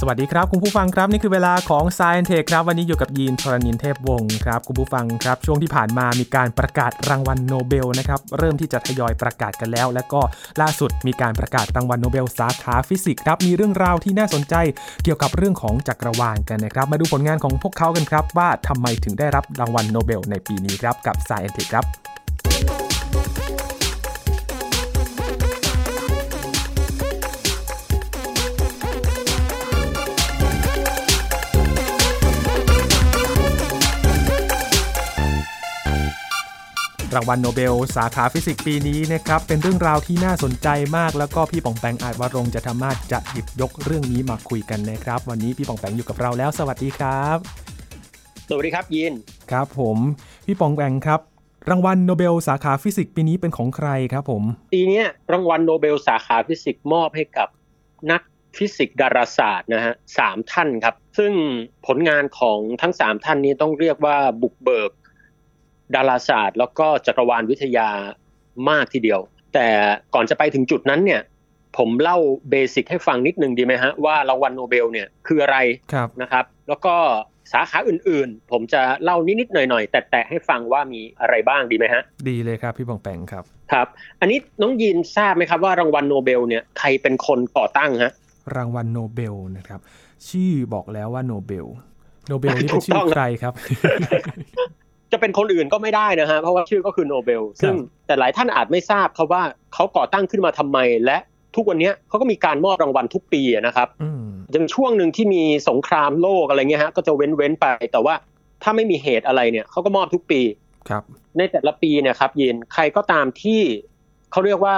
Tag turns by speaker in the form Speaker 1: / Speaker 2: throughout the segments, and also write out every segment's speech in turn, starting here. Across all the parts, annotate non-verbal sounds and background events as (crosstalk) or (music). Speaker 1: สวัสดีครับ คุณผู้ฟังครับนี่คือเวลาของ s ซ i e n t e ทคครับวันนี้อยู่กับยีนทรณินเทพวงศ์ครับคุณผู้ฟังครับ ช่วงที่ผ่านมามีการประกาศรางวัลโนเบลนะครับเริ่มที่จะทยอยประกาศกันแล้ว และก็ล่าสุดมีการประกาศรางวัลโนเบลสาขาฟิสิกส์ครับมีเรื่องราวที่น่าสนใจเกี่ยวกับเรื่องของจักรวาลกันนะครับ มาดูผลงานของพวกเขากันครับ ว่าทำไมถึงได้รับรางวัลโนเบลในปีนี้ครับกับ s ซ i e n t e ทคครับ รางวัลโนเบล สาขาฟิสิกส์ปีนี้นะครับเป็นเรื่องราวที่น่าสนใจมาก แล้วก็พี่ป่องแปงอาจวรงค์จะธรรมาสจะหยิบยกเรื่องนี้มาคุยกันนะครับ วันนี้พี่ป่องแปงอยู่กับเราแล้ว สวัสดีครับ
Speaker 2: สวัสดีครับยิน
Speaker 1: ครับผมพี่ป่องแปงครับ รางวัลโนเบล สาขาฟิสิกส์ปีนี้เป็นของใครครับผม
Speaker 2: ปีเนี้ยรางวัลโนเบลสาขาฟิสิกส์มอบให้กับนักฟิสิกส์ดาราศาสตร์นะฮะสามท่านครับ ซึ่งผลงานของทั้งสามท่านนี้ต้องเรียกว่าบุกเบิกดาราศาสตร์ แล้วก็จักรวาลวิทยามากทีเดียว แต่ก่อนจะไปถึงจุดนั้นเนี่ย ผมเล่าเบสิกให้ฟังนิดนึงดีไหมฮะว่ารางวัลโนเบลเนี่ยคืออะไร
Speaker 1: ครับ
Speaker 2: นะครับแล้วก็สาขาอื่นๆ ผมจะเล่านิดๆหน่อยๆ แต่ๆให้ฟังว่ามีอะไรบ้างดีไหมฮะ
Speaker 1: ดีเลยครับพี่ป่องแปงครับ
Speaker 2: ครับ อันนี้น้องยีนทราบไหมครับว่ารางวัลโนเบลเนี่ยใครเป็นคนก่อตั้งฮะ
Speaker 1: รางวัลโนเบลนะครับชื่อบอกแล้วว่าโนเบลโนเบลนี่เป็
Speaker 2: ถู
Speaker 1: น
Speaker 2: ก
Speaker 1: ชื่
Speaker 2: ต้
Speaker 1: อ
Speaker 2: อง
Speaker 1: ใคร (laughs) ครับ
Speaker 2: จะเป็นคนอื่นก็ไม่ได้นะฮะเพราะว่าชื่อก็คือโนเบล ซึ่งแต่หลายท่านอาจไม่ทราบครับว่าเขาก่อตั้งขึ้นมาทำไม และทุกวันเนี้ยเขาก็มีการมอบรางวัลทุกปีอะนะครับ
Speaker 1: อืม
Speaker 2: ยังช่วงหนึ่งที่มีสงครามโลกอะไรเงี้ยฮะก็จะเว้นเว้นๆไป แต่ว่าถ้าไม่มีเหตุอะไรเนี่ยเขาก็มอบทุกปี
Speaker 1: ครับ
Speaker 2: ในแต่ละปีเนะครับเย็นใครก็ตามที่เขาเรียกว่า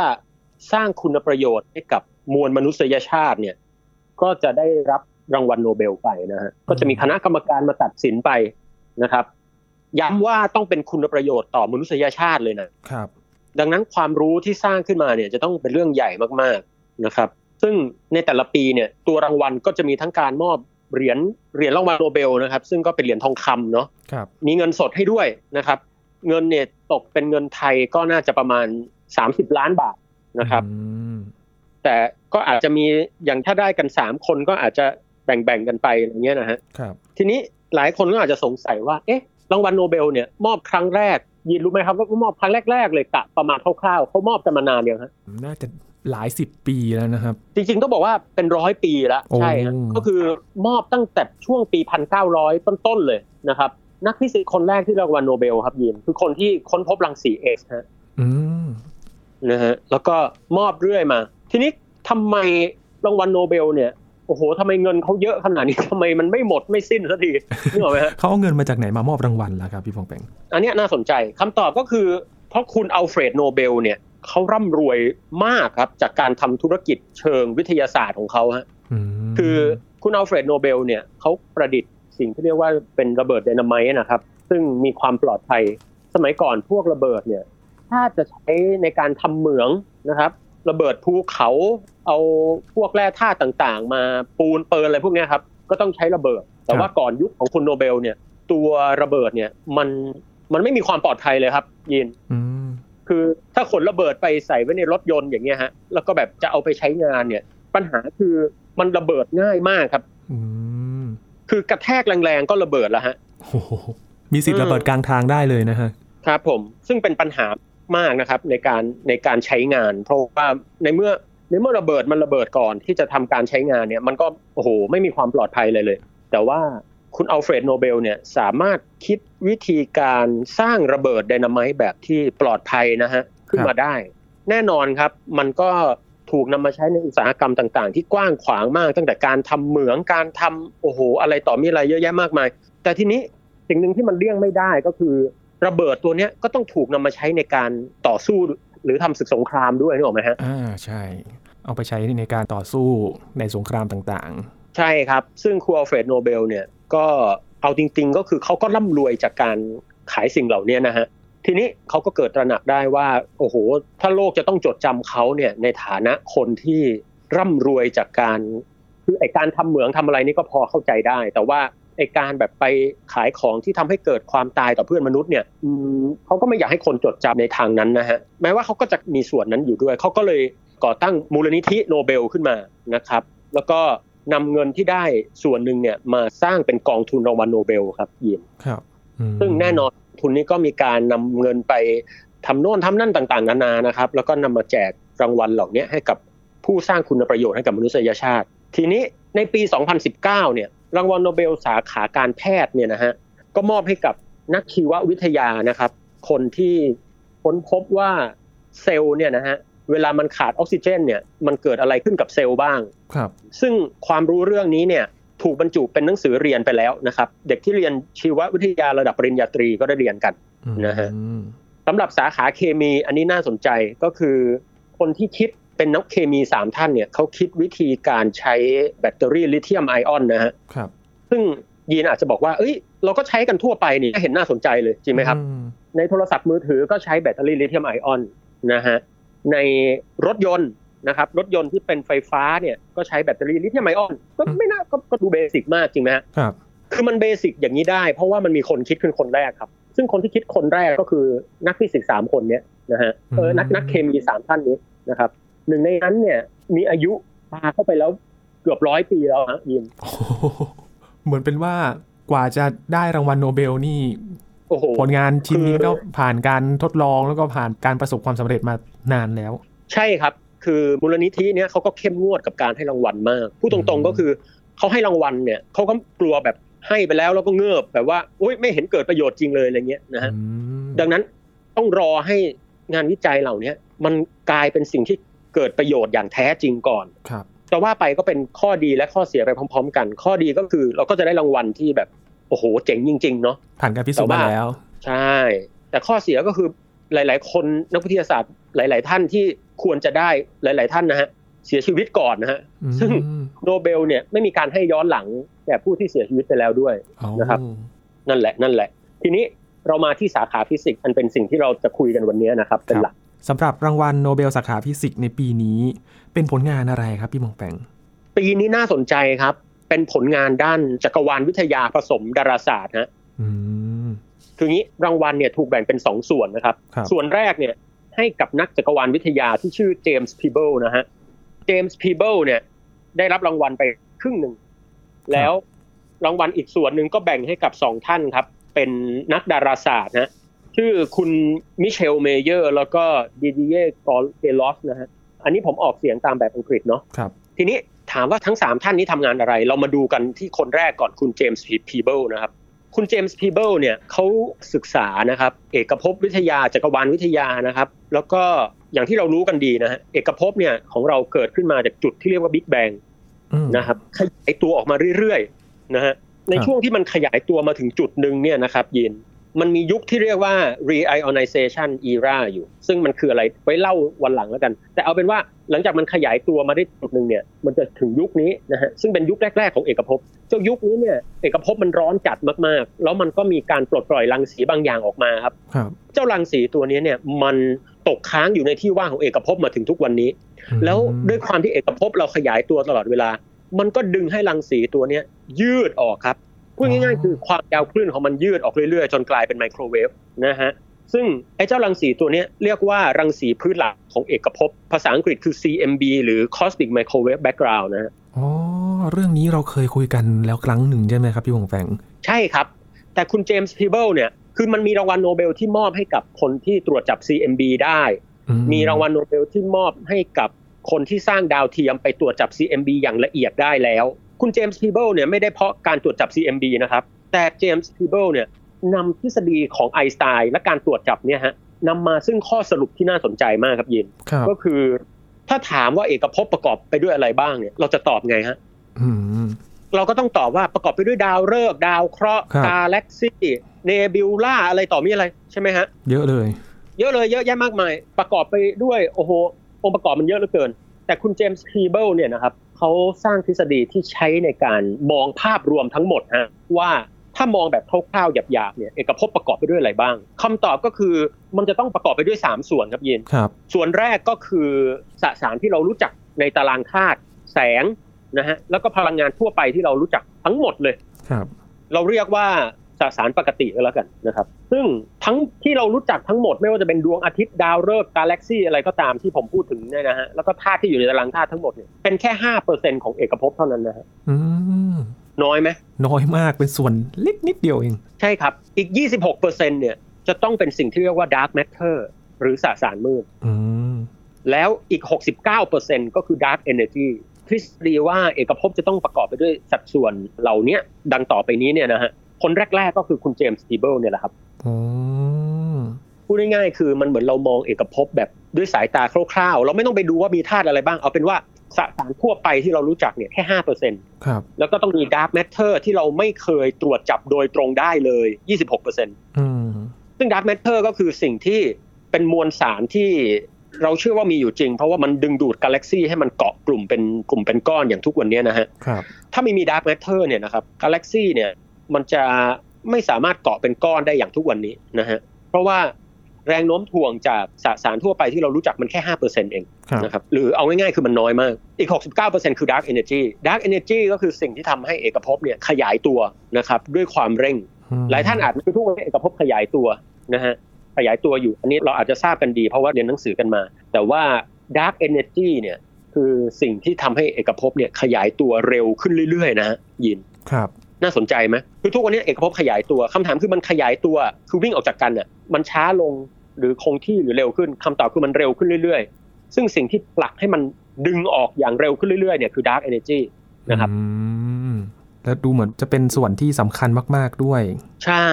Speaker 2: สร้างคุณประโยชน์ให้กับมวลมนุษยชาติเนี่ยก็จะได้รับรางวัลโนเบลไปนะฮะก็จะมีคณะกรรมการมาตัดสินไปนะครับ ย้ำว่าต้องเป็นคุณประโยชน์ต่อมนุษยชาติเลยนะ
Speaker 1: ครับ
Speaker 2: ดังนั้นความรู้ที่สร้างขึ้นมาเนี่ยจะต้องเป็นเรื่องใหญ่มากๆนะครับ ซึ่งในแต่ละปีเนี่ยตัวรางวัลก็จะมีทั้งการมอบเหรียญเหรียญรางวัลโนเบลนะครับ ซึ่งก็เป็นเหรียญทองคำเนาะ
Speaker 1: ครับ
Speaker 2: มีเงินสดให้ด้วยนะครับ เงินเนี่ยตกเป็นเงินไทยก็น่าจะประมาณ 30 ล้านบาทนะครับ
Speaker 1: อืม
Speaker 2: แต่ก็อาจจะมีอย่างถ้าได้กัน 3 คนก็อาจจะแบ่งๆกันไปอย่างเงี้ยนะฮะ
Speaker 1: ครับ
Speaker 2: ทีนี้หลายคนก็อาจจะสงสัยว่าเอ๊ะรางวัลโนเบลเนี่ยมอบครั้งแรกยินรู้ไหมครับว่ามอบครั้งแรก ๆ เลยกะประมาณคร่าวๆเขามอบกันมานานยังฮะ
Speaker 1: น่าจะหลายสิบปีแล้วนะครับ
Speaker 2: จริงๆต้องบอกว่าเป็นร้อยปีแล้วใช่ฮะ
Speaker 1: โอ้
Speaker 2: ก็คือมอบตั้งแต่ช่วงปี 1900 ต้นๆเลยนะครับนักฟิสิกส์คนแรกที่ได้รางวัลโนเบลครับยินคือคนที่ค้นพบรังสีเอฮะ
Speaker 1: อืม
Speaker 2: นะฮะแล้วก็มอบเรื่อยมา ทีนี้ทำไมรางวัลโนเบลเนี่ยโอ้โหทำไมเงินเขาเยอะขนาดนี้ (laughs) ทำไมมันไม่หมดไม่สิ้นสักทีนึกออกไหมฮะ
Speaker 1: เขาเอาเงินมาจากไหนมามอบรางวัลล่ะครับพี่พงแปง
Speaker 2: อันเนี้ยน่าสนใจคำตอบก็คือ เพราะคุณอัลเฟรดโนเบลเนี่ยเขาร่ำรวยมากครับจากการทำธุรกิจเชิงวิทยาศาสตร์ของเขาฮะ
Speaker 1: อืม
Speaker 2: คือคุณอัลเฟรดโนเบลเนี่ยเขาประดิษฐ์สิ่งที่เรียกว่าเป็นระเบิดไดนาไมต์นะครับ ซึ่งมีความปลอดภัยสมัยก่อนพวกระเบิดเนี่ย ถ้าจะใช้ในการทำเหมืองนะครับ ระเบิดภูเขาเอาพวกแร่ธาตุต่างๆ มาปูนเปิลอะไรพวกเนี้ยครับ ก็ต้องใช้ระเบิด แต่ว่าก่อนยุคของคุณโนเบลเนี่ย ตัวระเบิดเนี่ยมันมันไม่มีความปลอดภัยเลยครับยิน
Speaker 1: ม
Speaker 2: คือถ้าขนระเบิดไปใส่ไว้ในรถยนต์อย่างเงี้ยฮะแล้วก็แบบจะเอาไปใช้งานเนี่ย ปัญหาคือมันระเบิดง่ายมากครับ
Speaker 1: อืม
Speaker 2: คือกระแทกแรงๆก็ระเบิดแล้วฮะ
Speaker 1: โอ้โหมีสิทธิ์ระเบิดกลางทางได้เลยนะฮะ
Speaker 2: ครับผมซึ่งเป็นปัญหามากนะครับในการในการใช้งาน เพราะว่าในเมื่อในเมื่อระเบิดมันระเบิดก่อนที่จะทำการใช้งานเนี่ยมันก็โอ้โหไม่มีความปลอดภัยเลยเลย แต่ว่าคุณอัลเฟรดโนเบลเนี่ยสามารถคิดวิธีการสร้างระเบิดไดนาไมต์แบบที่ปลอดภัยนะฮะขึ้นมาได้ แน่นอนครับ มันก็ถูกนำมาใช้ในอุตสาหกรรมต่างๆ ที่กว้างขวางมาก ตั้งแต่การทำเหมืองการทำโอ้โห อะไรต่อมีอะไรเยอะแยะมากมาย แต่ทีนี้สิ่งหนึ่งที่มันเลี่ยงไม่ได้ก็คือ ระเบิดตัวเนี้ยก็ต้องถูกนำมาใช้ในการต่อสู้หรือทำศึกสงครามด้วยนึกออกไหมฮะ
Speaker 1: อ่าใช่ เอาไปใช้ในการต่อสู้ในสงครามต่าง
Speaker 2: ใช่ครับ ซึ่งครูอัลเฟรดโนเบลเนี่ยก็เอาจริง ๆ ก็คือเขาก็ร่ำรวยจากการขายสิ่งเหล่านี้นะฮะทีนี้เขาก็เกิดตระหนักได้ว่าโอ้โห ถ้าโลกจะต้องจดจำเขาเนี่ยในฐานะคนที่ร่ำรวยจากการคือไอการทำเหมืองทำอะไรนี่ก็พอเข้าใจได้ แต่ว่าไอการแบบไปขายของที่ทำให้เกิดความตายต่อเพื่อนมนุษย์เนี่ยอืมเขาก็ไม่อยากให้คนจดจำในทางนั้นนะฮะแม้ว่าเขาก็จะมีส่วนนั้นอยู่ด้วยเขาก็เลย ก่อตั้งมูลนิธิโนเบลขึ้นมานะครับ แล้วก็ นำเงินที่ได้ส่วนหนึ่งเนี่ยมาสร้างเป็นกองทุนรางวัลโนเบลครับยิน
Speaker 1: ครับอืม
Speaker 2: ซึ่งแน่นอนทุนนี้ก็มีการนำเงินไปทำโน่นทำนั่นต่างๆนานานะครับ แล้วก็นำมาแจกรางวัลเหล่านี้ให้กับผู้สร้างคุณประโยชน์ให้กับมนุษยชาติ ทีนี้ในปี 2019 เนี่ยรางวัลโนเบลสาขาการแพทย์เนี่ยนะฮะก็มอบให้กับนักชีววิทยานะครับ คนที่ค้นพบว่าเซลล์เนี่ยนะฮะเวลามันขาดออกซิเจนเนี่ยมันเกิดอะไรขึ้นกับเซลล์บ้าง
Speaker 1: ครับ
Speaker 2: ซึ่งความรู้เรื่องนี้เนี่ยถูกบรรจุเป็นหนังสือเรียนไปแล้วนะครับ เด็กที่เรียนชีววิทยาระดับปริญญาตรีก็ได้เรียนกัน
Speaker 1: อืม
Speaker 2: นะฮะ สำหรับสาขาเคมีอันนี้น่าสนใจก็คือ คนที่คิดเป็นนักเคมี 3 ท่านเนี่ยเขาคิดวิธีการใช้แบตเตอรี่ลิเธียมไอออนนะฮะ
Speaker 1: ครับ
Speaker 2: ซึ่งยีนอาจจะบอกว่าเอ้ยเราก็ใช้กันทั่วไปนี่เห็นน่าสนใจเลยจริงไหมครับ
Speaker 1: อื
Speaker 2: ในโทรศัพท์มือถือก็ใช้แบตเตอรี่ลิเธียมไอออนนะฮะในรถยนต์นะครับรถยนต์ที่เป็นไฟฟ้าเนี่ยก็ใช้แบตเตอรี่ลิเธียมไอออนก็ไม่น่าก็ก็ดูเบสิกมากจริงไหมฮะ
Speaker 1: ครับ (laughs)
Speaker 2: คือมันเบสิกอย่างนี้ได้ เพราะว่ามันมีคนคิดขึ้นคนแรกครับ ซึ่งคนที่คิดคนแรกก็คือนักฟิสิกส์สามคนเนี้ยนะฮะเออนักนักเคมีสามท่านนี้นะครับหนึ่งในนั้นเนี่ยมีอายุปาเข้าไปแล้วเกือบร้อยปีแล้วฮะยิน
Speaker 1: โอ้โหเหมือนเป็นว่ากว่าจะได้รางวัลโนเบลนี่
Speaker 2: โอ้โห
Speaker 1: ผลงานชิ้นนี้
Speaker 2: คือ
Speaker 1: ก็ผ่านการทดลองแล้วก็ผ่านการประสบความสำเร็จมานานแล้ว
Speaker 2: ใช่ครับ คือมูลนิธิเนี่ยเขาก็เข้มงวดกับการให้รางวัลมาก พูดตรงๆก็คือเขาให้รางวัลเนี่ยเขาก็กลัวแบบให้ไปแล้วแล้วก็เงือบแบบว่าอุ้ยไม่เห็นเกิดประโยชน์จริงเลยอะไรเงี้ยนะฮะ
Speaker 1: อืม
Speaker 2: ดังนั้นต้องรอให้งานวิจัยเหล่าเนี้ยมันกลายเป็นสิ่งที่เกิดประโยชน์อย่างแท้จริงก่อน
Speaker 1: ครับ
Speaker 2: จะว่าไปก็เป็นข้อดีและข้อเสียไปพร้อม ๆ กัน ข้อดีก็คือเราก็จะได้รางวัลที่แบบโอ้โหเจ๋งจริงๆเนาะ
Speaker 1: ผ่านการพิสูจน์
Speaker 2: แต่
Speaker 1: มา
Speaker 2: ว่า
Speaker 1: แล้ว
Speaker 2: ใช่ แต่ข้อเสียก็คือหลาย ๆ คนนักวิทยาศาสตร์หลาย ๆ ท่านที่ควรจะได้หลาย ๆ ท่านนะฮะเสียชีวิตก่อนนะฮะ ซึ่ง
Speaker 1: อืม
Speaker 2: โนเบลเนี่ยไม่มีการให้ย้อนหลังแก่ผู้ที่เสียชีวิตไปแล้วด้วย
Speaker 1: เอาน
Speaker 2: นะครับ นั่นแหละนั่นแหละ ทีนี้เรามาที่สาขาฟิสิกส์อันเป็นสิ่งที่เราจะคุยกันวันนี้นะครับ เป็นหลัก
Speaker 1: สำหรับรางวัลโนเบลสาขาฟิสิกส์ในปีนี้ เป็นผลงานอะไรครับพี่มองแปง
Speaker 2: ปีนี้น่าสนใจครับ เป็นผลงานด้านจักรวาลวิทยาผสมดาราศาสตร์ฮะ
Speaker 1: อืม
Speaker 2: คืองี้รางวัลเนี่ยถูกแบ่งเป็นสองส่วนนะครับ
Speaker 1: ครับ
Speaker 2: ส่วนแรกเนี่ยให้กับนักจักรวาลวิทยาที่ชื่อเจมส์พีเบิลนะฮะเจมส์พีเบิลเนี่ยได้รับรางวัลไปครึ่งหนึ่ง แล้วรางวัลอีกส่วนหนึ่งก็แบ่งให้กับสองท่านครับ เป็นนักดาราศาสตร์นะชื่อคุณมิเชลเมเยอร์ แล้วก็ดิดิเย่กอลเอลอสนะฮะอันนี้ผมออกเสียงตามแบบอังกฤษเนาะ
Speaker 1: ครับ
Speaker 2: ทีนี้ถามว่าทั้งสามท่านนี้ทำงานอะไร เรามาดูกันที่คนแรกก่อนคุณเจมส์พีเบิลนะครับ คุณเจมส์พีเบิลเนี่ยเขาศึกษานะครับเอกภพวิทยาจักรวาลวิทยานะครับ แล้วก็อย่างที่เรารู้กันดีนะฮะเอกภพเนี่ยของเราเกิดขึ้นมาจากจุดที่เรียกว่าบิ๊กแบง
Speaker 1: อืม
Speaker 2: นะครับขยายตัวออกมาเรื่อยๆนะฮะใน
Speaker 1: ครับ
Speaker 2: ช่วงที่มันขยายตัวมาถึงจุดหนึ่งเนี่ยนะครับยินมันมียุคที่เรียกว่า reionization era อยู่ ซึ่งมันคืออะไรไว้เล่าวันหลังแล้วกัน แต่เอาเป็นว่าหลังจากมันขยายตัวมาได้จุดหนึ่งเนี่ยมันจะถึงยุคนี้นะฮะซึ่งเป็นยุคแรกๆของเอกภพ เจ้ายุคนี้เนี่ยเอกภพมันร้อนจัดมากๆ แล้วมันก็มีการปลดปล่อยรังสีบางอย่างออกมาครับ
Speaker 1: ครับ
Speaker 2: เจ้ารังสีตัวนี้เนี่ยมันตกค้างอยู่ในที่ว่างของเอกภพมาถึงทุกวันนี้ แล้วด้วยความที่เอกภพเราขยายตัวตลอดเวลา มันก็ดึงให้รังสีตัวเนี้ยยืดออกครับพูดง่าย
Speaker 1: อ๋อ
Speaker 2: ๆ คือความยาวคลื่นของมันยืดออกเรื่อยๆ จนกลายเป็นไมโครเวฟนะฮะซึ่งไอ้เจ้ารังสีตัวเนี้ยเรียกว่ารังสีพื้นหลักของเอกภพ ภาษาอังกฤษคือ CMB หรือ Cosmic Microwave Background นะฮะ
Speaker 1: อ๋อเรื่องนี้เราเคยคุยกันแล้วครั้งหนึ่งใช่ไหมครับพี่มองแปง
Speaker 2: ใช่ครับ แต่คุณเจมส์พีเบิลเนี่ย คือมันมีรางวัลโนเบลที่มอบให้กับคนที่ตรวจจับ CMB ได้
Speaker 1: อื
Speaker 2: มีรางวัลโนเบลที่มอบให้กับคนที่สร้างดาวเทียมไปตรวจจับ CMB อย่างละเอียดได้แล้ว คุณเจมส์พีเบิลเนี่ยไม่ได้เพราะการตรวจจับ CMB นะครับ แต่เจมส์พีเบิลเนี่ยนำทฤษฎีของไอน์สไตน์และการตรวจจับเนี่ยฮะนำมาซึ่งข้อสรุปที่น่าสนใจมากครับยิน
Speaker 1: ครับ
Speaker 2: ก็คือ ถ้าถามว่าเอกภพประกอบไปด้วยอะไรบ้างเนี่ย เราจะตอบไงฮะ
Speaker 1: อืม
Speaker 2: เราก็ต้องตอบว่าประกอบไปด้วยดาวฤกษ์ดาวเคราะห์
Speaker 1: ครับ
Speaker 2: กาแล็กซี่เนบิวล่าอะไรต่อมีอะไรใช่ไหมฮะ
Speaker 1: เยอะเลย
Speaker 2: เยอะเลยเยอะแยะมากมาย ประกอบไปด้วยโอ้โหองค์ประกอบมันเยอะเหลือเกิน แต่คุณเจมส์คีเบิลเนี่ยนะครับเขาสร้างทฤษฎีที่ใช้ในการมองภาพรวมทั้งหมดฮะว่าถ้ามองแบบคร่าวๆหยาบๆเนี่ยเอกภพประกอบไปด้วยอะไรบ้างคำตอบก็คือมันจะต้องประกอบไปด้วยสามส่วนครับยิน
Speaker 1: ครับ
Speaker 2: ส่วนแรกก็คือสสารที่เรารู้จักในตารางธาตุแสงนะฮะแล้วก็พลังงานทั่วไปที่เรารู้จักทั้งหมดเลย
Speaker 1: ครับ
Speaker 2: เราเรียกว่าสสารปกติก็แล้วกันนะครับ ซึ่งทั้งที่เรารู้จักทั้งหมดไม่ว่าจะเป็นดวงอาทิตย์ดาวฤกษ์กาแล็กซีอะไรก็ตามที่ผมพูดถึงเนี่ยนะฮะแล้วก็ธาตุที่อยู่ในตารางธาตุทั้งหมดเนี่ยเป็นแค่ห้าเปอร์เซ็นของเอกภพเท่านั้นนะฮะ
Speaker 1: อืม
Speaker 2: น้อยไหม
Speaker 1: น้อยมากเป็นส่วนเล็กนิดเดียวเอง
Speaker 2: ใช่ครับอีก 26เปอร์เซ็นเนี่ยจะต้องเป็นสิ่งที่เรียกว่าดาร์ m แมทเทอร์หรือสสารมืด
Speaker 1: อืม
Speaker 2: แล้วอีก 69%ก็คือ Dark Energy ทฤษฎีว่าเอกภพจะต้องประกอบไปด้วยสัดส่วนเหล่าเนี้ยดังต่อไปนี้เนี่ยนะฮะ คนแรก ๆ ก็คือคุณเจมส์สตีเบิลเนี่ยแหละครับ
Speaker 1: อ๋อ
Speaker 2: พูดง่ายๆคือมันเหมือนเรามองเอกภพแบบด้วยสายตาคร่าวๆ เราไม่ต้องไปดูว่ามีธาตุอะไรบ้าง เอาเป็นว่าสสารทั่วไปที่เรารู้จักเนี่ยแค่5%
Speaker 1: ครับ
Speaker 2: แล้วก็ต้องมี Dark Matter ที่เราไม่เคยตรวจจับโดยตรงได้เลย 26%
Speaker 1: อืม
Speaker 2: ซึ่ง Dark Matter ก็คือสิ่งที่เป็นมวลสารที่เราเชื่อว่ามีอยู่จริง เพราะว่ามันดึงดูดกาแล็กซีให้มันเกาะกลุ่มเป็นกลุ่มเป็นก้อนอย่างทุกวันเนี้ยนะฮะ
Speaker 1: ครับ
Speaker 2: ถ้าไม่มี Dark Matter เนี่ยนะครับกาแล็กซีเนี่ยมันจะไม่สามารถเกาะเป็นก้อนได้อย่างทุกวันนี้นะฮะ เพราะว่าแรงโน้มถ่วงจากสสารทั่วไปที่เรารู้จักมันแค่ 5%เอง
Speaker 1: ครับ
Speaker 2: นะครับ หรือเอาง่ายๆคือมันน้อยมาก อีก 69%คือ Dark Energy Dark Energy ก็คือสิ่งที่ทำให้เอกภพเนี่ยขยายตัวนะครับด้วยความเร่ง
Speaker 1: อืม
Speaker 2: หลายท่านอาจไม่รู้ทุกวันนี้เอกภพขยายตัวนะฮะขยายตัวอยู่ อันนี้เราอาจจะทราบกันดีเพราะว่าเรียนหนังสือกันมา แต่ว่า Dark Energy เนี่ยคือสิ่งที่ทำให้เอกภพเนี่ยขยายตัวเร็วขึ้นเรื่อยๆนะฮะยิน
Speaker 1: ครับ
Speaker 2: น่าสนใจไหมคือทุกวันนี้เอกภพขยายตัวคำถามคือมันขยายตัวคือวิ่งออกจากกันน่ะมันช้าลงหรือคงที่หรือเร็วขึ้นคำตอบคือมันเร็วขึ้นเรื่อยๆ ซึ่งสิ่งที่ผลักให้มันดึงออกอย่างเร็วขึ้นเรื่อยๆเนี่ยคือ Dark Energy นะครับ
Speaker 1: อืมแล้วดูเหมือนจะเป็นส่วนที่สำคัญมาก ๆ ด้วย
Speaker 2: ใช่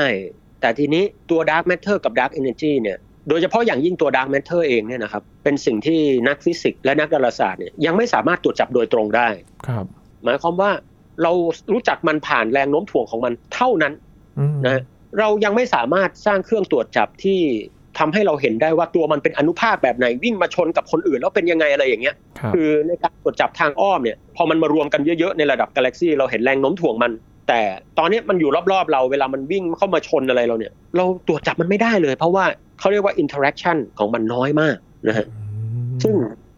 Speaker 2: แต่ทีนี้ตัว Dark Matter กับ Dark Energy เนี่ย โดยเฉพาะอย่างยิ่งตัว Dark Matter เองเนี่ยนะครับ เป็นสิ่งที่นักฟิสิกส์และนักดาราศาสตร์เนี่ยยังไม่สามารถตรวจจับโดยตรงได้
Speaker 1: ครับ
Speaker 2: หมายความว่าเรารู้จักมันผ่านแรงโน้มถ่วงของมันเท่านั้น
Speaker 1: อืม
Speaker 2: นะฮะเรายังไม่สามารถสร้างเครื่องตรวจจับที่ทำให้เราเห็นได้ว่าตัวมันเป็นอนุภาคแบบไหนวิ่งมาชนกับคนอื่นแล้วเป็นยังไงอะไรอย่างเงี้ย
Speaker 1: ครับ
Speaker 2: คือในการตรวจจับทางอ้อมเนี่ยพอมันมารวมกันเยอะๆในระดับกาแล็กซีเราเห็นแรงโน้มถ่วงมัน แต่ตอนเนี้ยมันอยู่รอบๆเราเวลามันวิ่งเข้ามาชนอะไรเราเนี่ย เราตรวจจับมันไม่ได้เลย เพราะว่าเขาเรียกว่าอินเทอร์แอคชันของมันน้อยมากนะฮะซึ่ง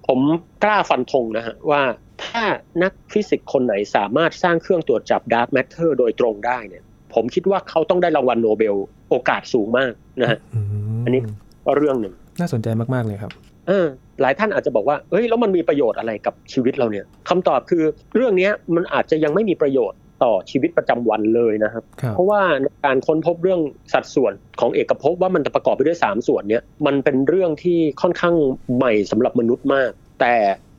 Speaker 2: ผมกล้าฟันธงนะฮะว่าถ้านักฟิสิกส์คนไหนสามารถสร้างเครื่องตรวจจับดาร์กแมทเทอร์โดยตรงได้เนี่ย ผมคิดว่าเขาต้องได้รางวัลโนเบลโอกาสสูงมากนะฮะ อันนี้ ก็เรื่องหนึ่ง
Speaker 1: น่าสนใจมาก ๆ เลยครับ
Speaker 2: เออหลายท่านอาจจะบอกว่า เอ้ย แล้วมันมีประโยชน์อะไรกับชีวิตเราเนี่ยคำตอบคือเรื่องเนี้ยมันอาจจะยังไม่มีประโยชน์ต่อชีวิตประจำวันเลยนะครับ
Speaker 1: ครับ
Speaker 2: เพราะว่าในการค้นพบเรื่องสัดส่วนของเอกภพว่ามันจะประกอบไปด้วย 3 ส่วนเนี้ยมันเป็นเรื่องที่ค่อนข้างใหม่สำหรับมนุษย์มาก แต่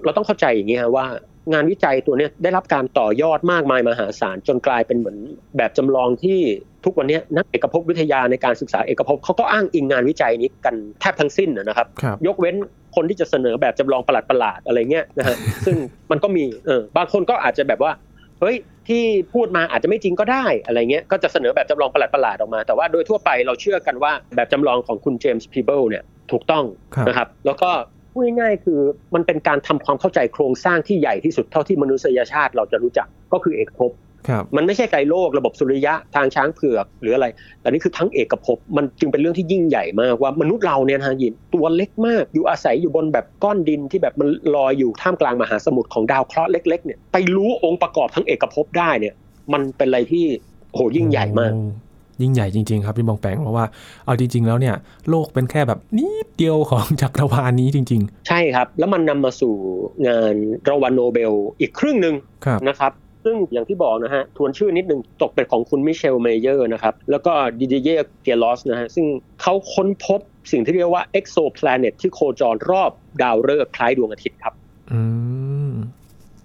Speaker 2: เราต้องเข้าใจอย่างนี้ฮะว่า งานวิจัยตัวเนี้ยได้รับการต่อยอดมากมายมหาศาลจนกลายเป็นเหมือนแบบจำลองที่ทุกวันเนี้ยนักเอกภพวิทยาในการศึกษาเอกภพเขาก็อ้างอิงงานวิจัยนี้กันแทบทั้งสิ้นนะนะครับ
Speaker 1: ครับ
Speaker 2: ยกเว้นคนที่จะเสนอแบบจำลองประหลาดประหลาดๆอะไรเงี้ยนะ (laughs) ฮะ ซึ่งมันก็มีเออบางคนก็อาจจะแบบว่าเฮ้ยที่พูดมาอาจจะไม่จริงก็ได้อะไรเงี้ยก็จะเสนอแบบจำลองประหลาดประหลาดๆออกมา แต่ว่าโดยทั่วไปเราเชื่อกันว่าแบบจำลองของคุณเจมส์พีเบิลเนี่ยถูกต้อง
Speaker 1: ครับ
Speaker 2: นะครับ แล้วก็พูดง่ายๆคือมันเป็นการทำความเข้าใจโครงสร้างที่ใหญ่ที่สุดเท่าที่มนุษยชาติเราจะรู้จักก็คือเอกภพ
Speaker 1: ครับ
Speaker 2: มันไม่ใช่ไกลโลกระบบสุริยะทางช้างเผือกหรืออะไร แต่นี่คือทั้งเอกภพมันจึงเป็นเรื่องที่ยิ่งใหญ่มากว่ามนุษย์เราเนี่ยนะฮะยินตัวเล็กมาก อยู่อาศัยอยู่บนแบบก้อนดินที่แบบมันลอยอยู่ท่ามกลางมหาสมุทรของดาวเคราะห์เล็กๆเนี่ยไปรู้องค์ประกอบทั้งเอกภพได้เนี่ย มันเป็นอะไรที่โหยิ่งใหญ่มาก
Speaker 1: โอ้ยิ่งใหญ่จริง ๆ ครับพี่บองแปงเพราะว่าเอาจริง ๆ แล้วเนี่ย โลกเป็นแค่แบบนิดเดียวของ จักรวาลนี้จริง
Speaker 2: ใช่ครับ แล้วมันนำมาสู่งานรางวัลโนเบลอีกครึ่งหนึ่ง
Speaker 1: ๆ ครับ
Speaker 2: นะครับซึ่งอย่างที่บอกนะฮะทวนชื่อนิดนึงตกเป็นของคุณมิเชลเมเยอร์นะครับแล้วก็ดิเดเยเกียลอสนะฮะซึ่งเขาค้นพบสิ่งที่เรียกว่าเอ็กโซ l a เนตที่โคจรรอบดาวฤกษ์คล้ายดวงอาทิตย์ครับ
Speaker 1: อืม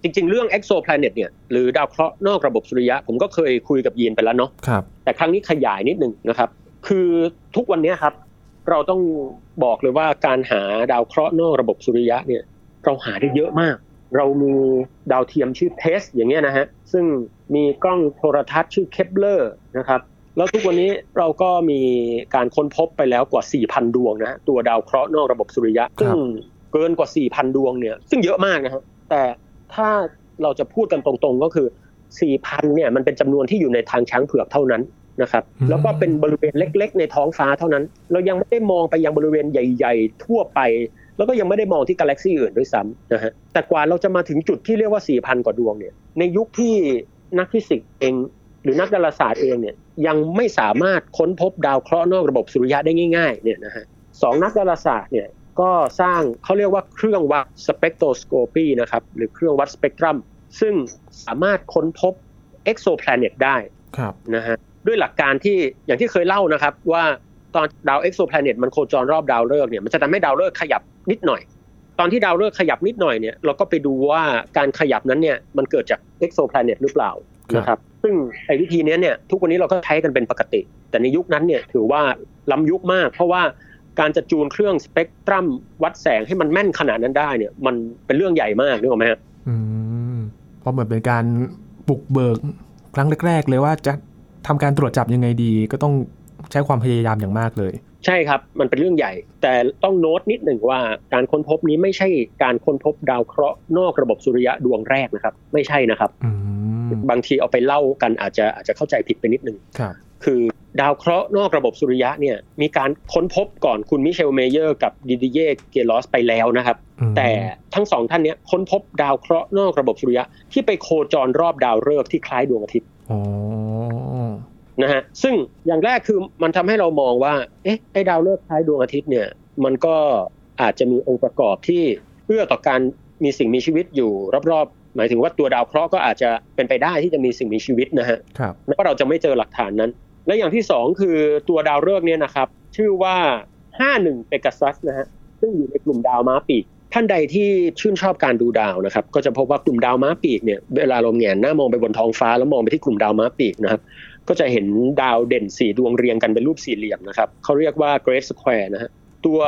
Speaker 2: จริงๆ เรื่องเอ็กโซ l a เนตเนี่ยหรือดาวเคราะห์นอกระบบสุริยะ ผมก็เคยคุยกับยีนไปแล้วเนาะ
Speaker 1: ครับ
Speaker 2: แต่ครั้งนี้ขยายนิดนึงนะครับ คือทุกวันเนี้ยครับ เราต้องบอกเลยว่าการหาดาวเคราะห์นอกระบบสุริยะเนี่ย เราหาได้เยอะมาก เรามีดาวเทียมชื่อเทสอย่างเงี้ยนะฮะ ซึ่งมีกล้องโทรทัศน์ชื่อเคปเลอร์นะครับ แล้วทุกวันนี้เราก็มีการค้นพบไปแล้วกว่า 4,000 ดวงนะฮะตัวดาวเคราะห์นอกระบบสุริยะ
Speaker 1: ครับ
Speaker 2: ซึ่งเกินกว่า 4,000 ดวงเนี่ย ซึ่งเยอะมากนะฮะ แต่ถ้าเราจะพูดกันตรงๆก็คือ 4,000 เนี่ยมันเป็นจำนวนที่อยู่ในทางช้างเผือกเท่านั้นนะครับ แล้วก็เป็นบริเวณเล็ก ๆ ในท้องฟ้าเท่านั้น เรายังไม่ได้มองไปยังบริเวณใหญ่ ๆ ทั่วไป แล้วก็ยังไม่ได้มองที่กาแล็กซีอื่นด้วยซ้ำนะฮะ แต่กว่าเราจะมาถึงจุดที่เรียกว่า 4,000 กว่าดวงเนี่ย ในยุคที่นักฟิสิกส์เอง หรือนักดาราศาสตร์เองเนี่ย ยังไม่สามารถค้นพบดาวเคราะห์นอกระบบสุริยะได้ง่าย ๆ เนี่ยนะฮะสองนักดาราศาสตร์เนี่ยก็สร้างเขาเรียกว่าเครื่องวัดสเปกโทรสโคปีนะครับหรือเครื่องวัดสเปกตรัม ซึ่งสามารถค้นพบเอ็กโซแพลเน็ตได้
Speaker 1: ครับ
Speaker 2: นะฮะด้วยหลักการที่อย่างที่เคยเล่านะครับ ว่าตอนดาวเอ็กโซแพลเน็ตมันโคจรรอบดาวฤกษ์เนี่ยมันจะทำให้ดาวฤกษ์ขยับนิดหน่อย ตอนที่ดาวฤกษ์ขยับนิดหน่อยเนี่ยเราก็ไปดูว่าการขยับนั้นเนี่ยมันเกิดจากเอ็กโซแพลเน็ตหรือเปล่า
Speaker 1: ครับ
Speaker 2: นะครับซึ่งไอ้วิธีเนี้ยเนี่ยทุกวันนี้เราก็ใช้กันเป็นปกติ แต่ในยุคนั้นเนี่ยถือว่าล้ำยุคมาก เพราะว่าการจะจูนเครื่องสเปกตรัมวัดแสงให้มันแม่นขนาดนั้นได้เนี่ยมันเป็นเรื่องใหญ่มากนึกออกไหมฮะ
Speaker 1: อืมเพราะเหมือนเป็นการปลุกเบิกครั้งแรกๆเลยว่าจะทำการตรวจจับยังไงดี ก็ต้องใช้ความพยายามอย่างมากเลย
Speaker 2: ใช่ครับ มันเป็นเรื่องใหญ่ แต่ต้องโน้ตนิดหนึ่งว่าการค้นพบนี้ไม่ใช่การค้นพบดาวเคราะห์นอกระบบสุริยะดวงแรกนะครับ ไม่ใช่นะครับ
Speaker 1: อืม
Speaker 2: บางทีเอาไปเล่ากันอาจจะอาจจะเข้าใจผิดไปนิดหนึ่ง
Speaker 1: ครับ
Speaker 2: คือดาวเคราะห์นอกระบบสุริยะเนี่ยมีการค้นพบก่อนคุณมิเชลเมเยอร์กับดิดิเยเกลอสไปแล้วนะครับ
Speaker 1: อืม
Speaker 2: แต่ทั้งสองท่านเนี้ยค้นพบดาวเคราะห์นอกระบบสุริยะที่ไปโคจรรอบดาวฤกษ์ที่คล้ายดวงอาทิตย์
Speaker 1: อ๋อ
Speaker 2: นะฮะซึ่งอย่างแรกคือมันทำให้เรามองว่าเอ๊ะไอ้ดาวฤกษ์คล้ายดวงอาทิตย์เนี่ยมันก็อาจจะมีองค์ประกอบที่เอื้อต่อการมีสิ่งมีชีวิตอยู่รอบๆ หมายถึงว่าตัวดาวเคราะห์ก็อาจจะเป็นไปได้ที่จะมีสิ่งมีชีวิตนะฮะ
Speaker 1: ครับ
Speaker 2: แม้ว่าเราจะไม่เจอหลักฐานนั้น และอย่างที่สองคือตัวดาวฤกษ์เนี่ยนะครับชื่อว่า 51เปกัสซัสนะฮะซึ่งอยู่ในกลุ่มดาวม้าปีก ท่านใดที่ชื่นชอบการดูดาวนะครับก็จะพบว่ากลุ่มดาวม้าปีกเนี่ยเวลาเราแหงนหน้ามองไปบนท้องฟ้าแล้วมองไปที่กลุ่มดาวม้าปีกนะครับ ก็จะเห็นดาวเด่นสีดวงเรียงกันเป็นรูปสี่เหลี่ยมนะครับเขาเรียกว่า Great Square นะฮะตัว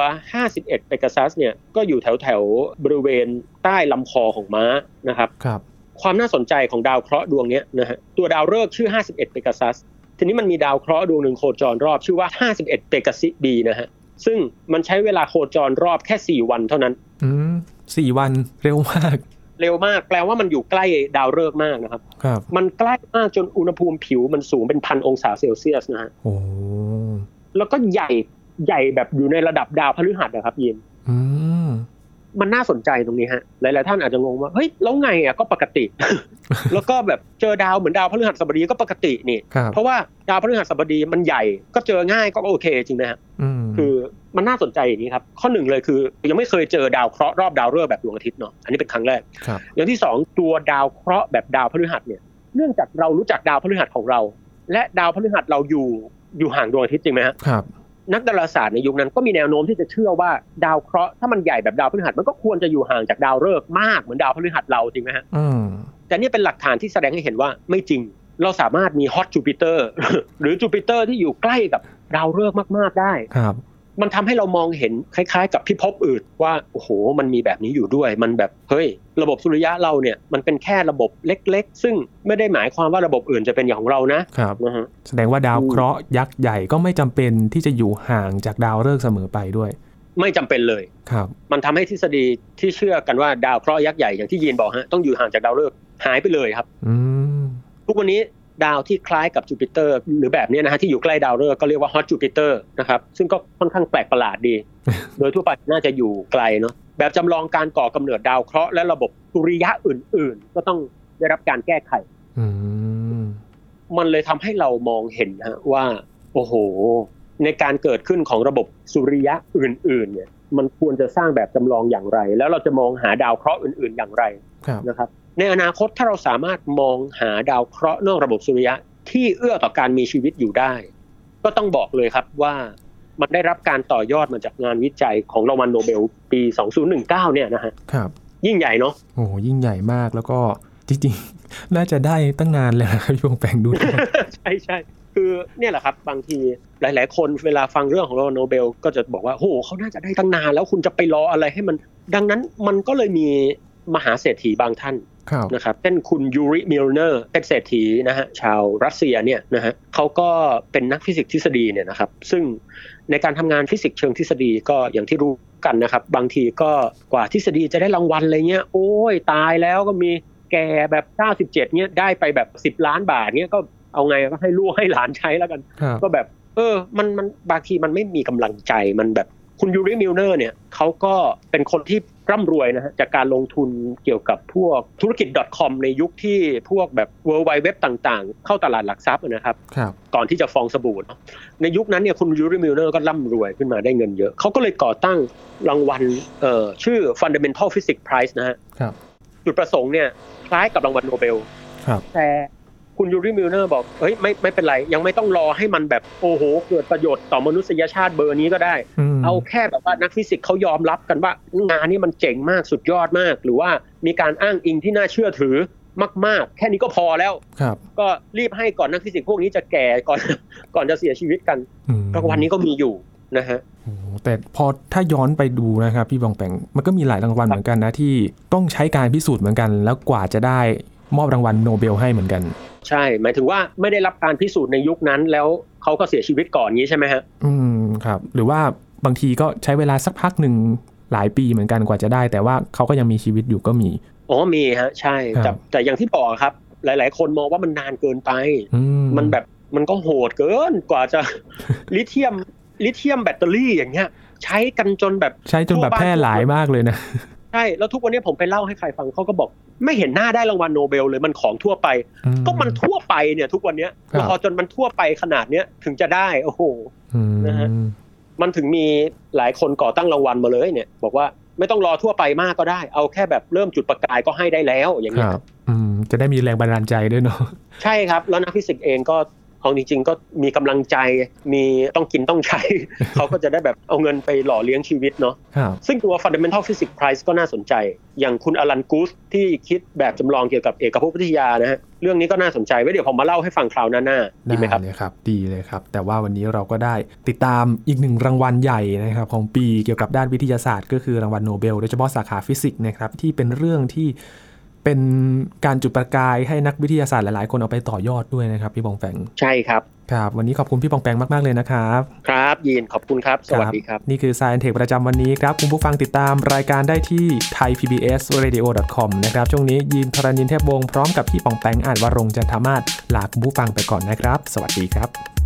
Speaker 2: 51 p e g a s u s เนี่ยก็อยู่แถวแถวๆบริเวณใต้ลำคอของม้านะครับ
Speaker 1: ครับ
Speaker 2: ความน่าสนใจของดาวเคราะห์ดวงเนี้ยนะฮะตัวดาวฤกษ์ชื่อ 51 p e g a s u s ทีนี้มันมีดาวเคราะห์ดวงหนึ่งโคจรรอบชื่อว่า 51 p e g a s i b นะฮะซึ่งมันใช้เวลาโคจรรอบแค่ 4 วันเท่านั้น
Speaker 1: อืมสี่วันเร็วมาก
Speaker 2: เร็วมากแปลว่ามันอยู่ใกล้ดาวฤกษ์มากนะครับ
Speaker 1: ครับ
Speaker 2: มันใกล้มากจนอุณหภูมิผิวมันสูงเป็นพันองศาเซลเซียสนะฮะ
Speaker 1: โอ้
Speaker 2: แล้วก็ใหญ่ใหญ่แบบอยู่ในระดับดาวพฤหัสนะครับยิน
Speaker 1: อืม
Speaker 2: มันน่าสนใจตรงนี้ฮะหลายๆท่านอาจจะงงว่าเฮ้ยแล้วไงอ่ะก็ปกติ (laughs) แล้วก็แบบเจอดาวเหมือนดาวพฤหัสบดีก็ปกตินี่
Speaker 1: ครับ
Speaker 2: เพราะว่าดาวพฤหัสบดีมันใหญ่ก็เจอง่ายก็โอเคจริงนะฮะ
Speaker 1: อืม
Speaker 2: คือมันน่าสนใจอย่างนี้ครับข้อหนึ่งเลยคือ ยังไม่เคยเจอดาวเคราะห์รอบดาวฤกษ์แบบดวงอาทิตย์เนาะอันนี้เป็นครั้งแรก
Speaker 1: ครับ
Speaker 2: อย่างที่สองตัวดาวเคราะห์แบบดาวพฤหัสเนี่ยเนื่องจากเรารู้จักดาวพฤหัสของเรา และดาวพฤหัสเราอยู่อยู่ห่างดวงอาทิตย์จริงไหมฮะ
Speaker 1: ครับ
Speaker 2: นักดาราศาสตร์ในยุคนั้นก็มีแนวโน้มที่จะเชื่อว่าดาวเคราะห์ถ้ามันใหญ่แบบดาวพฤหัสมันก็ควรจะอยู่ห่างจากดาวฤกษ์มากเหมือนดาวพฤหัสเราจริงไหมฮะ
Speaker 1: อืม
Speaker 2: แต่เนี่ยเป็นหลักฐานที่แสดงให้เห็นว่าไม่จริง เราสามารถมีฮอตจูปิเตอร์ (laughs) หรือจูปิเตอร์ที่อยู่ใกล้กับดาวฤกษ์มากๆได้
Speaker 1: ครับ
Speaker 2: มันทำให้เรามองเห็นคล้ายๆ กับพิภพอื่นว่าโอ้โห มันมีแบบนี้อยู่ด้วย มันแบบเฮ้ยระบบสุริยะเราเนี่ยมันเป็นแค่ระบบเล็ก ๆ ซึ่งไม่ได้หมายความว่าระบบอื่นจะเป็นอย่างของเรานะครับ นะฮะ
Speaker 1: แสดงว่าดาวเคราะห์ยักษ์ใหญ่ก็ไม่จำเป็นที่จะอยู่ห่างจากดาวฤกษ์เสมอไปด้วย
Speaker 2: ไม่จำเป็นเลย
Speaker 1: ครับ
Speaker 2: มันทำให้ทฤษฎีที่เชื่อกันว่าดาวเคราะห์ยักษ์ใหญ่อย่างที่ยีนบอกฮะต้องอยู่ห่างจากดาวฤกษ์หายไปเลยครับ
Speaker 1: อืม
Speaker 2: ทุกวันนี้ดาวที่คล้ายกับจูปิเตอร์ หรือแบบเนี้ยนะฮะที่อยู่ใกล้ดาวฤกษ์ก็เรียกว่าฮอตจูปิเตอร์นะครับซึ่งก็ค่อนข้างแปลกประหลาดดี โดยทั่วไปน่าจะอยู่ไกลเนาะแบบจำลองการก่อกำเนิดดาวเคราะห์และระบบสุริยะอื่น ๆ ก็ต้องได้รับการแก้ไข
Speaker 1: อืม
Speaker 2: มันเลยทำให้เรามองเห็นฮะว่า โอ้โห ในการเกิดขึ้นของระบบสุริยะอื่นๆเนี่ยมันควรจะสร้างแบบจำลองอย่างไร แล้วเราจะมองหาดาวเคราะห์อื่นๆอย่างไร
Speaker 1: ครับ
Speaker 2: นะครับในอนาคตถ้าเราสามารถมองหาดาวเคราะห์นอกระบบสุริยะที่เอื้อต่อการมีชีวิตอยู่ได้ ก็ต้องบอกเลยครับว่ามันได้รับการต่อยอดมาจากงานวิจัยของรางวัลโนเบลปี 2019 เนี่ยนะฮะ
Speaker 1: ครับ
Speaker 2: ยิ่งใหญ่เนาะ (laughs)
Speaker 1: โอ้โหยิ่งใหญ่มากแล้วก็จริงๆ (laughs) น่าจะได้ตั้งนานแล้วนะครับพี่วงแปงดูแล้ว
Speaker 2: ใช่ใช่คือเนี่ยแหละครับ บางทีหลาย ๆ คนเวลาฟังเรื่องของรางวัลโนเบล ก็จะบอกว่าโหเขาน่าจะได้ตั้งนานแล้วคุณจะไปรออะไรให้มัน ดังนั้นมันก็เลยมีมหาเศรษฐีบางท่าน
Speaker 1: (laughs) ครับ
Speaker 2: นะครับเช่นคุณยูริมิลเนอร์เป็นเศรษฐีนะฮะชาวรัสเซียเนี่ยนะฮะเขาก็เป็นนักฟิสิกส์ทฤษฎีเนี่ยนะครับซึ่งในการทำงานฟิสิกส์เชิงทฤษฎีก็อย่างที่รู้กันนะครับ บางทีก็กว่าทฤษฎีจะได้รางวัลอะไรเงี้ยโอ้ยตายแล้วก็มีแก่แบบ 97เนี่ยได้ไปแบบ 10 ล้านบาทเนี่ยก็ เอาไงก็ให้ลูกให้หลานใช้แล้วกัน
Speaker 1: ครับ
Speaker 2: ก็แบบ เออ มันมันบางทีมันไม่มีกำลังใจมันแบบคุณยูริมิลเนอร์เนี่ยเขาก็เป็นคนที่ ร่ำรวยนะฮะจากการลงทุนเกี่ยวกับพวกธุรกิจ .com ในยุคที่พวกแบบ World Wide Web ต่างๆ เข้าตลาดหลักทรัพย์นะครับ
Speaker 1: ครับ
Speaker 2: ก่อนที่จะฟองสบู่เนอะในยุคนั้นเนี่ยคุณยูริมิลเนอร์ก็ร่ำรวยขึ้นมาได้เงินเยอะ เขาก็เลยก่อตั้งรางวัลเอ่อชื่อ Fundamental Physics Prize นะฮะ
Speaker 1: ครับ
Speaker 2: จุดประสงค์เนี่ยคล้ายกับรางวัลโนเบล
Speaker 1: ครับ
Speaker 2: แต่คุณยูริมิลเนอร์บอก เฮ้ยไม่ไม่เป็นไร ยังไม่ต้องรอให้มันแบบโอ้โห เกิดประโยชน์ต่อมนุษยชาติเบอร์นี้ก็ได้
Speaker 1: ม
Speaker 2: เอาแค่แบบว่านักฟิสิกส์เขายอมรับกันว่างานนี้มันเจ๋งมากสุดยอดมาก หรือว่ามีการอ้างอิงที่น่าเชื่อถือมาก ๆ แค่นี้ก็พอแล้ว
Speaker 1: ครับ
Speaker 2: ก็รีบให้ก่อนนักฟิสิกส์พวกนี้จะแก่ก่อน (laughs) ก่อนจะเสียชีวิตกัน
Speaker 1: อืม
Speaker 2: รางวัลนี้ก็มีอยู่นะฮะ
Speaker 1: โอ้โหแต่พอถ้าย้อนไปดูนะครับ พี่บองแปงมันก็มีหลายรางวัลเหมือนกันนะที่ต้องใช้การพิสูจน์เหมือนกัน แล้วกว่าจะได้มอบรางวัลโนเบลให้เหมือนกัน
Speaker 2: ใช่ หมายถึงว่าไม่ได้รับการพิสูจน์ในยุคนั้น แล้วเขาก็เสียชีวิตก่อนนี้ใช่ไหมฮะ
Speaker 1: อืมครับ หรือว่าบางทีก็ใช้เวลาสักพักหนึ่งหลายปีเหมือนกันกว่าจะได้ แต่ว่าเขาก็ยังมีชีวิตอยู่ก็มี
Speaker 2: อ๋อมีฮะใช่
Speaker 1: ครั
Speaker 2: แต่
Speaker 1: บ
Speaker 2: แต่อย่างที่บอกครับ หลาย ๆ คนมองว่ามันนานเกินไป
Speaker 1: อื
Speaker 2: มันแบบมันก็โหดเกินกว่าจะ (laughs) ลิเธียมลิเธียมแบตเตอรี่อย่างเงี้ย ใช้กันจนแบบ
Speaker 1: ใช้จนแบบแพร่หลายมากเลยนะ
Speaker 2: ใช่ แล้วทุกวันนี้ผมไปเล่าให้ใครฟังเขาก็บอก ไม่เห็นหน้าได้รางวัลโนเบลเลยมันของทั่วไป ก็มันทั่วไปเนี่ยทุกวันเนี้ย
Speaker 1: ครับ
Speaker 2: พอจนมันทั่วไปขนาดเนี้ยถึงจะได้ โอ้โห
Speaker 1: อืม
Speaker 2: นะฮะ มันถึงมีหลายคนก่อตั้งรางวัลมาเลยเนี่ย บอกว่าไม่ต้องรอทั่วไปมากก็ได้ เอาแค่แบบเริ่มจุดประกายก็ให้ได้แล้วอย่าง
Speaker 1: ค
Speaker 2: เงี้ย
Speaker 1: รับอืมจะได้มีแรงบันดาลใจด้วยเนาะ
Speaker 2: ใช่ครับ แล้วนักฟิสิกส์เองก็เอาจริงๆก็มีกำลังใจมีต้องกินต้องใช้ (laughs) เขาก็จะได้แบบเอาเงินไปหล่อเลี้ยงชีวิตเนาะ
Speaker 1: ครับ
Speaker 2: ซึ่งตัว Fundamental Physics Prize ก็น่าสนใจ อย่างคุณอลันกูสที่คิดแบบจำลองเกี่ยวกับเอกภพวิทยานะฮะ เรื่องนี้ก็น่าสนใจไว้เดี๋ยวผมมาเล่าให้ฟังคราวหน้าๆดีไหมครับ
Speaker 1: เลยครับ ดีเลยครับ แต่ว่าวันนี้เราก็ได้ติดตามอีกหนึ่งรางวัลใหญ่นะครับของปีเกี่ยวกับด้านวิทยาศาสตร์ ก็คือรางวัลโนเบลโดยเฉพาะสาขาฟิสิกส์นะครับที่เป็นเรื่องที่เป็นการจุดประกายให้นักวิทยาศาสตร์หลายๆ คนเอาไปต่อยอดด้วยนะครับพี่บองแปง
Speaker 2: ใช่ครับ
Speaker 1: ครับวันนี้ขอบคุณพี่บองแปงมากๆเลยนะครับ
Speaker 2: ครับยีนขอบคุณครับ สวัสดีครับ
Speaker 1: นี่คือ Science Tech ประจำวันนี้ครับ คุณผู้ฟังติดตามรายการได้ที่ thaipbsradio.com นะครับ ช่วงนี้ยินทรณินเทพวงศ์พร้อมกับพี่ปองแปงอาจวรงค์จันทมาศลาคุณผู้ฟังไปก่อนนะครับ สวัสดีครับ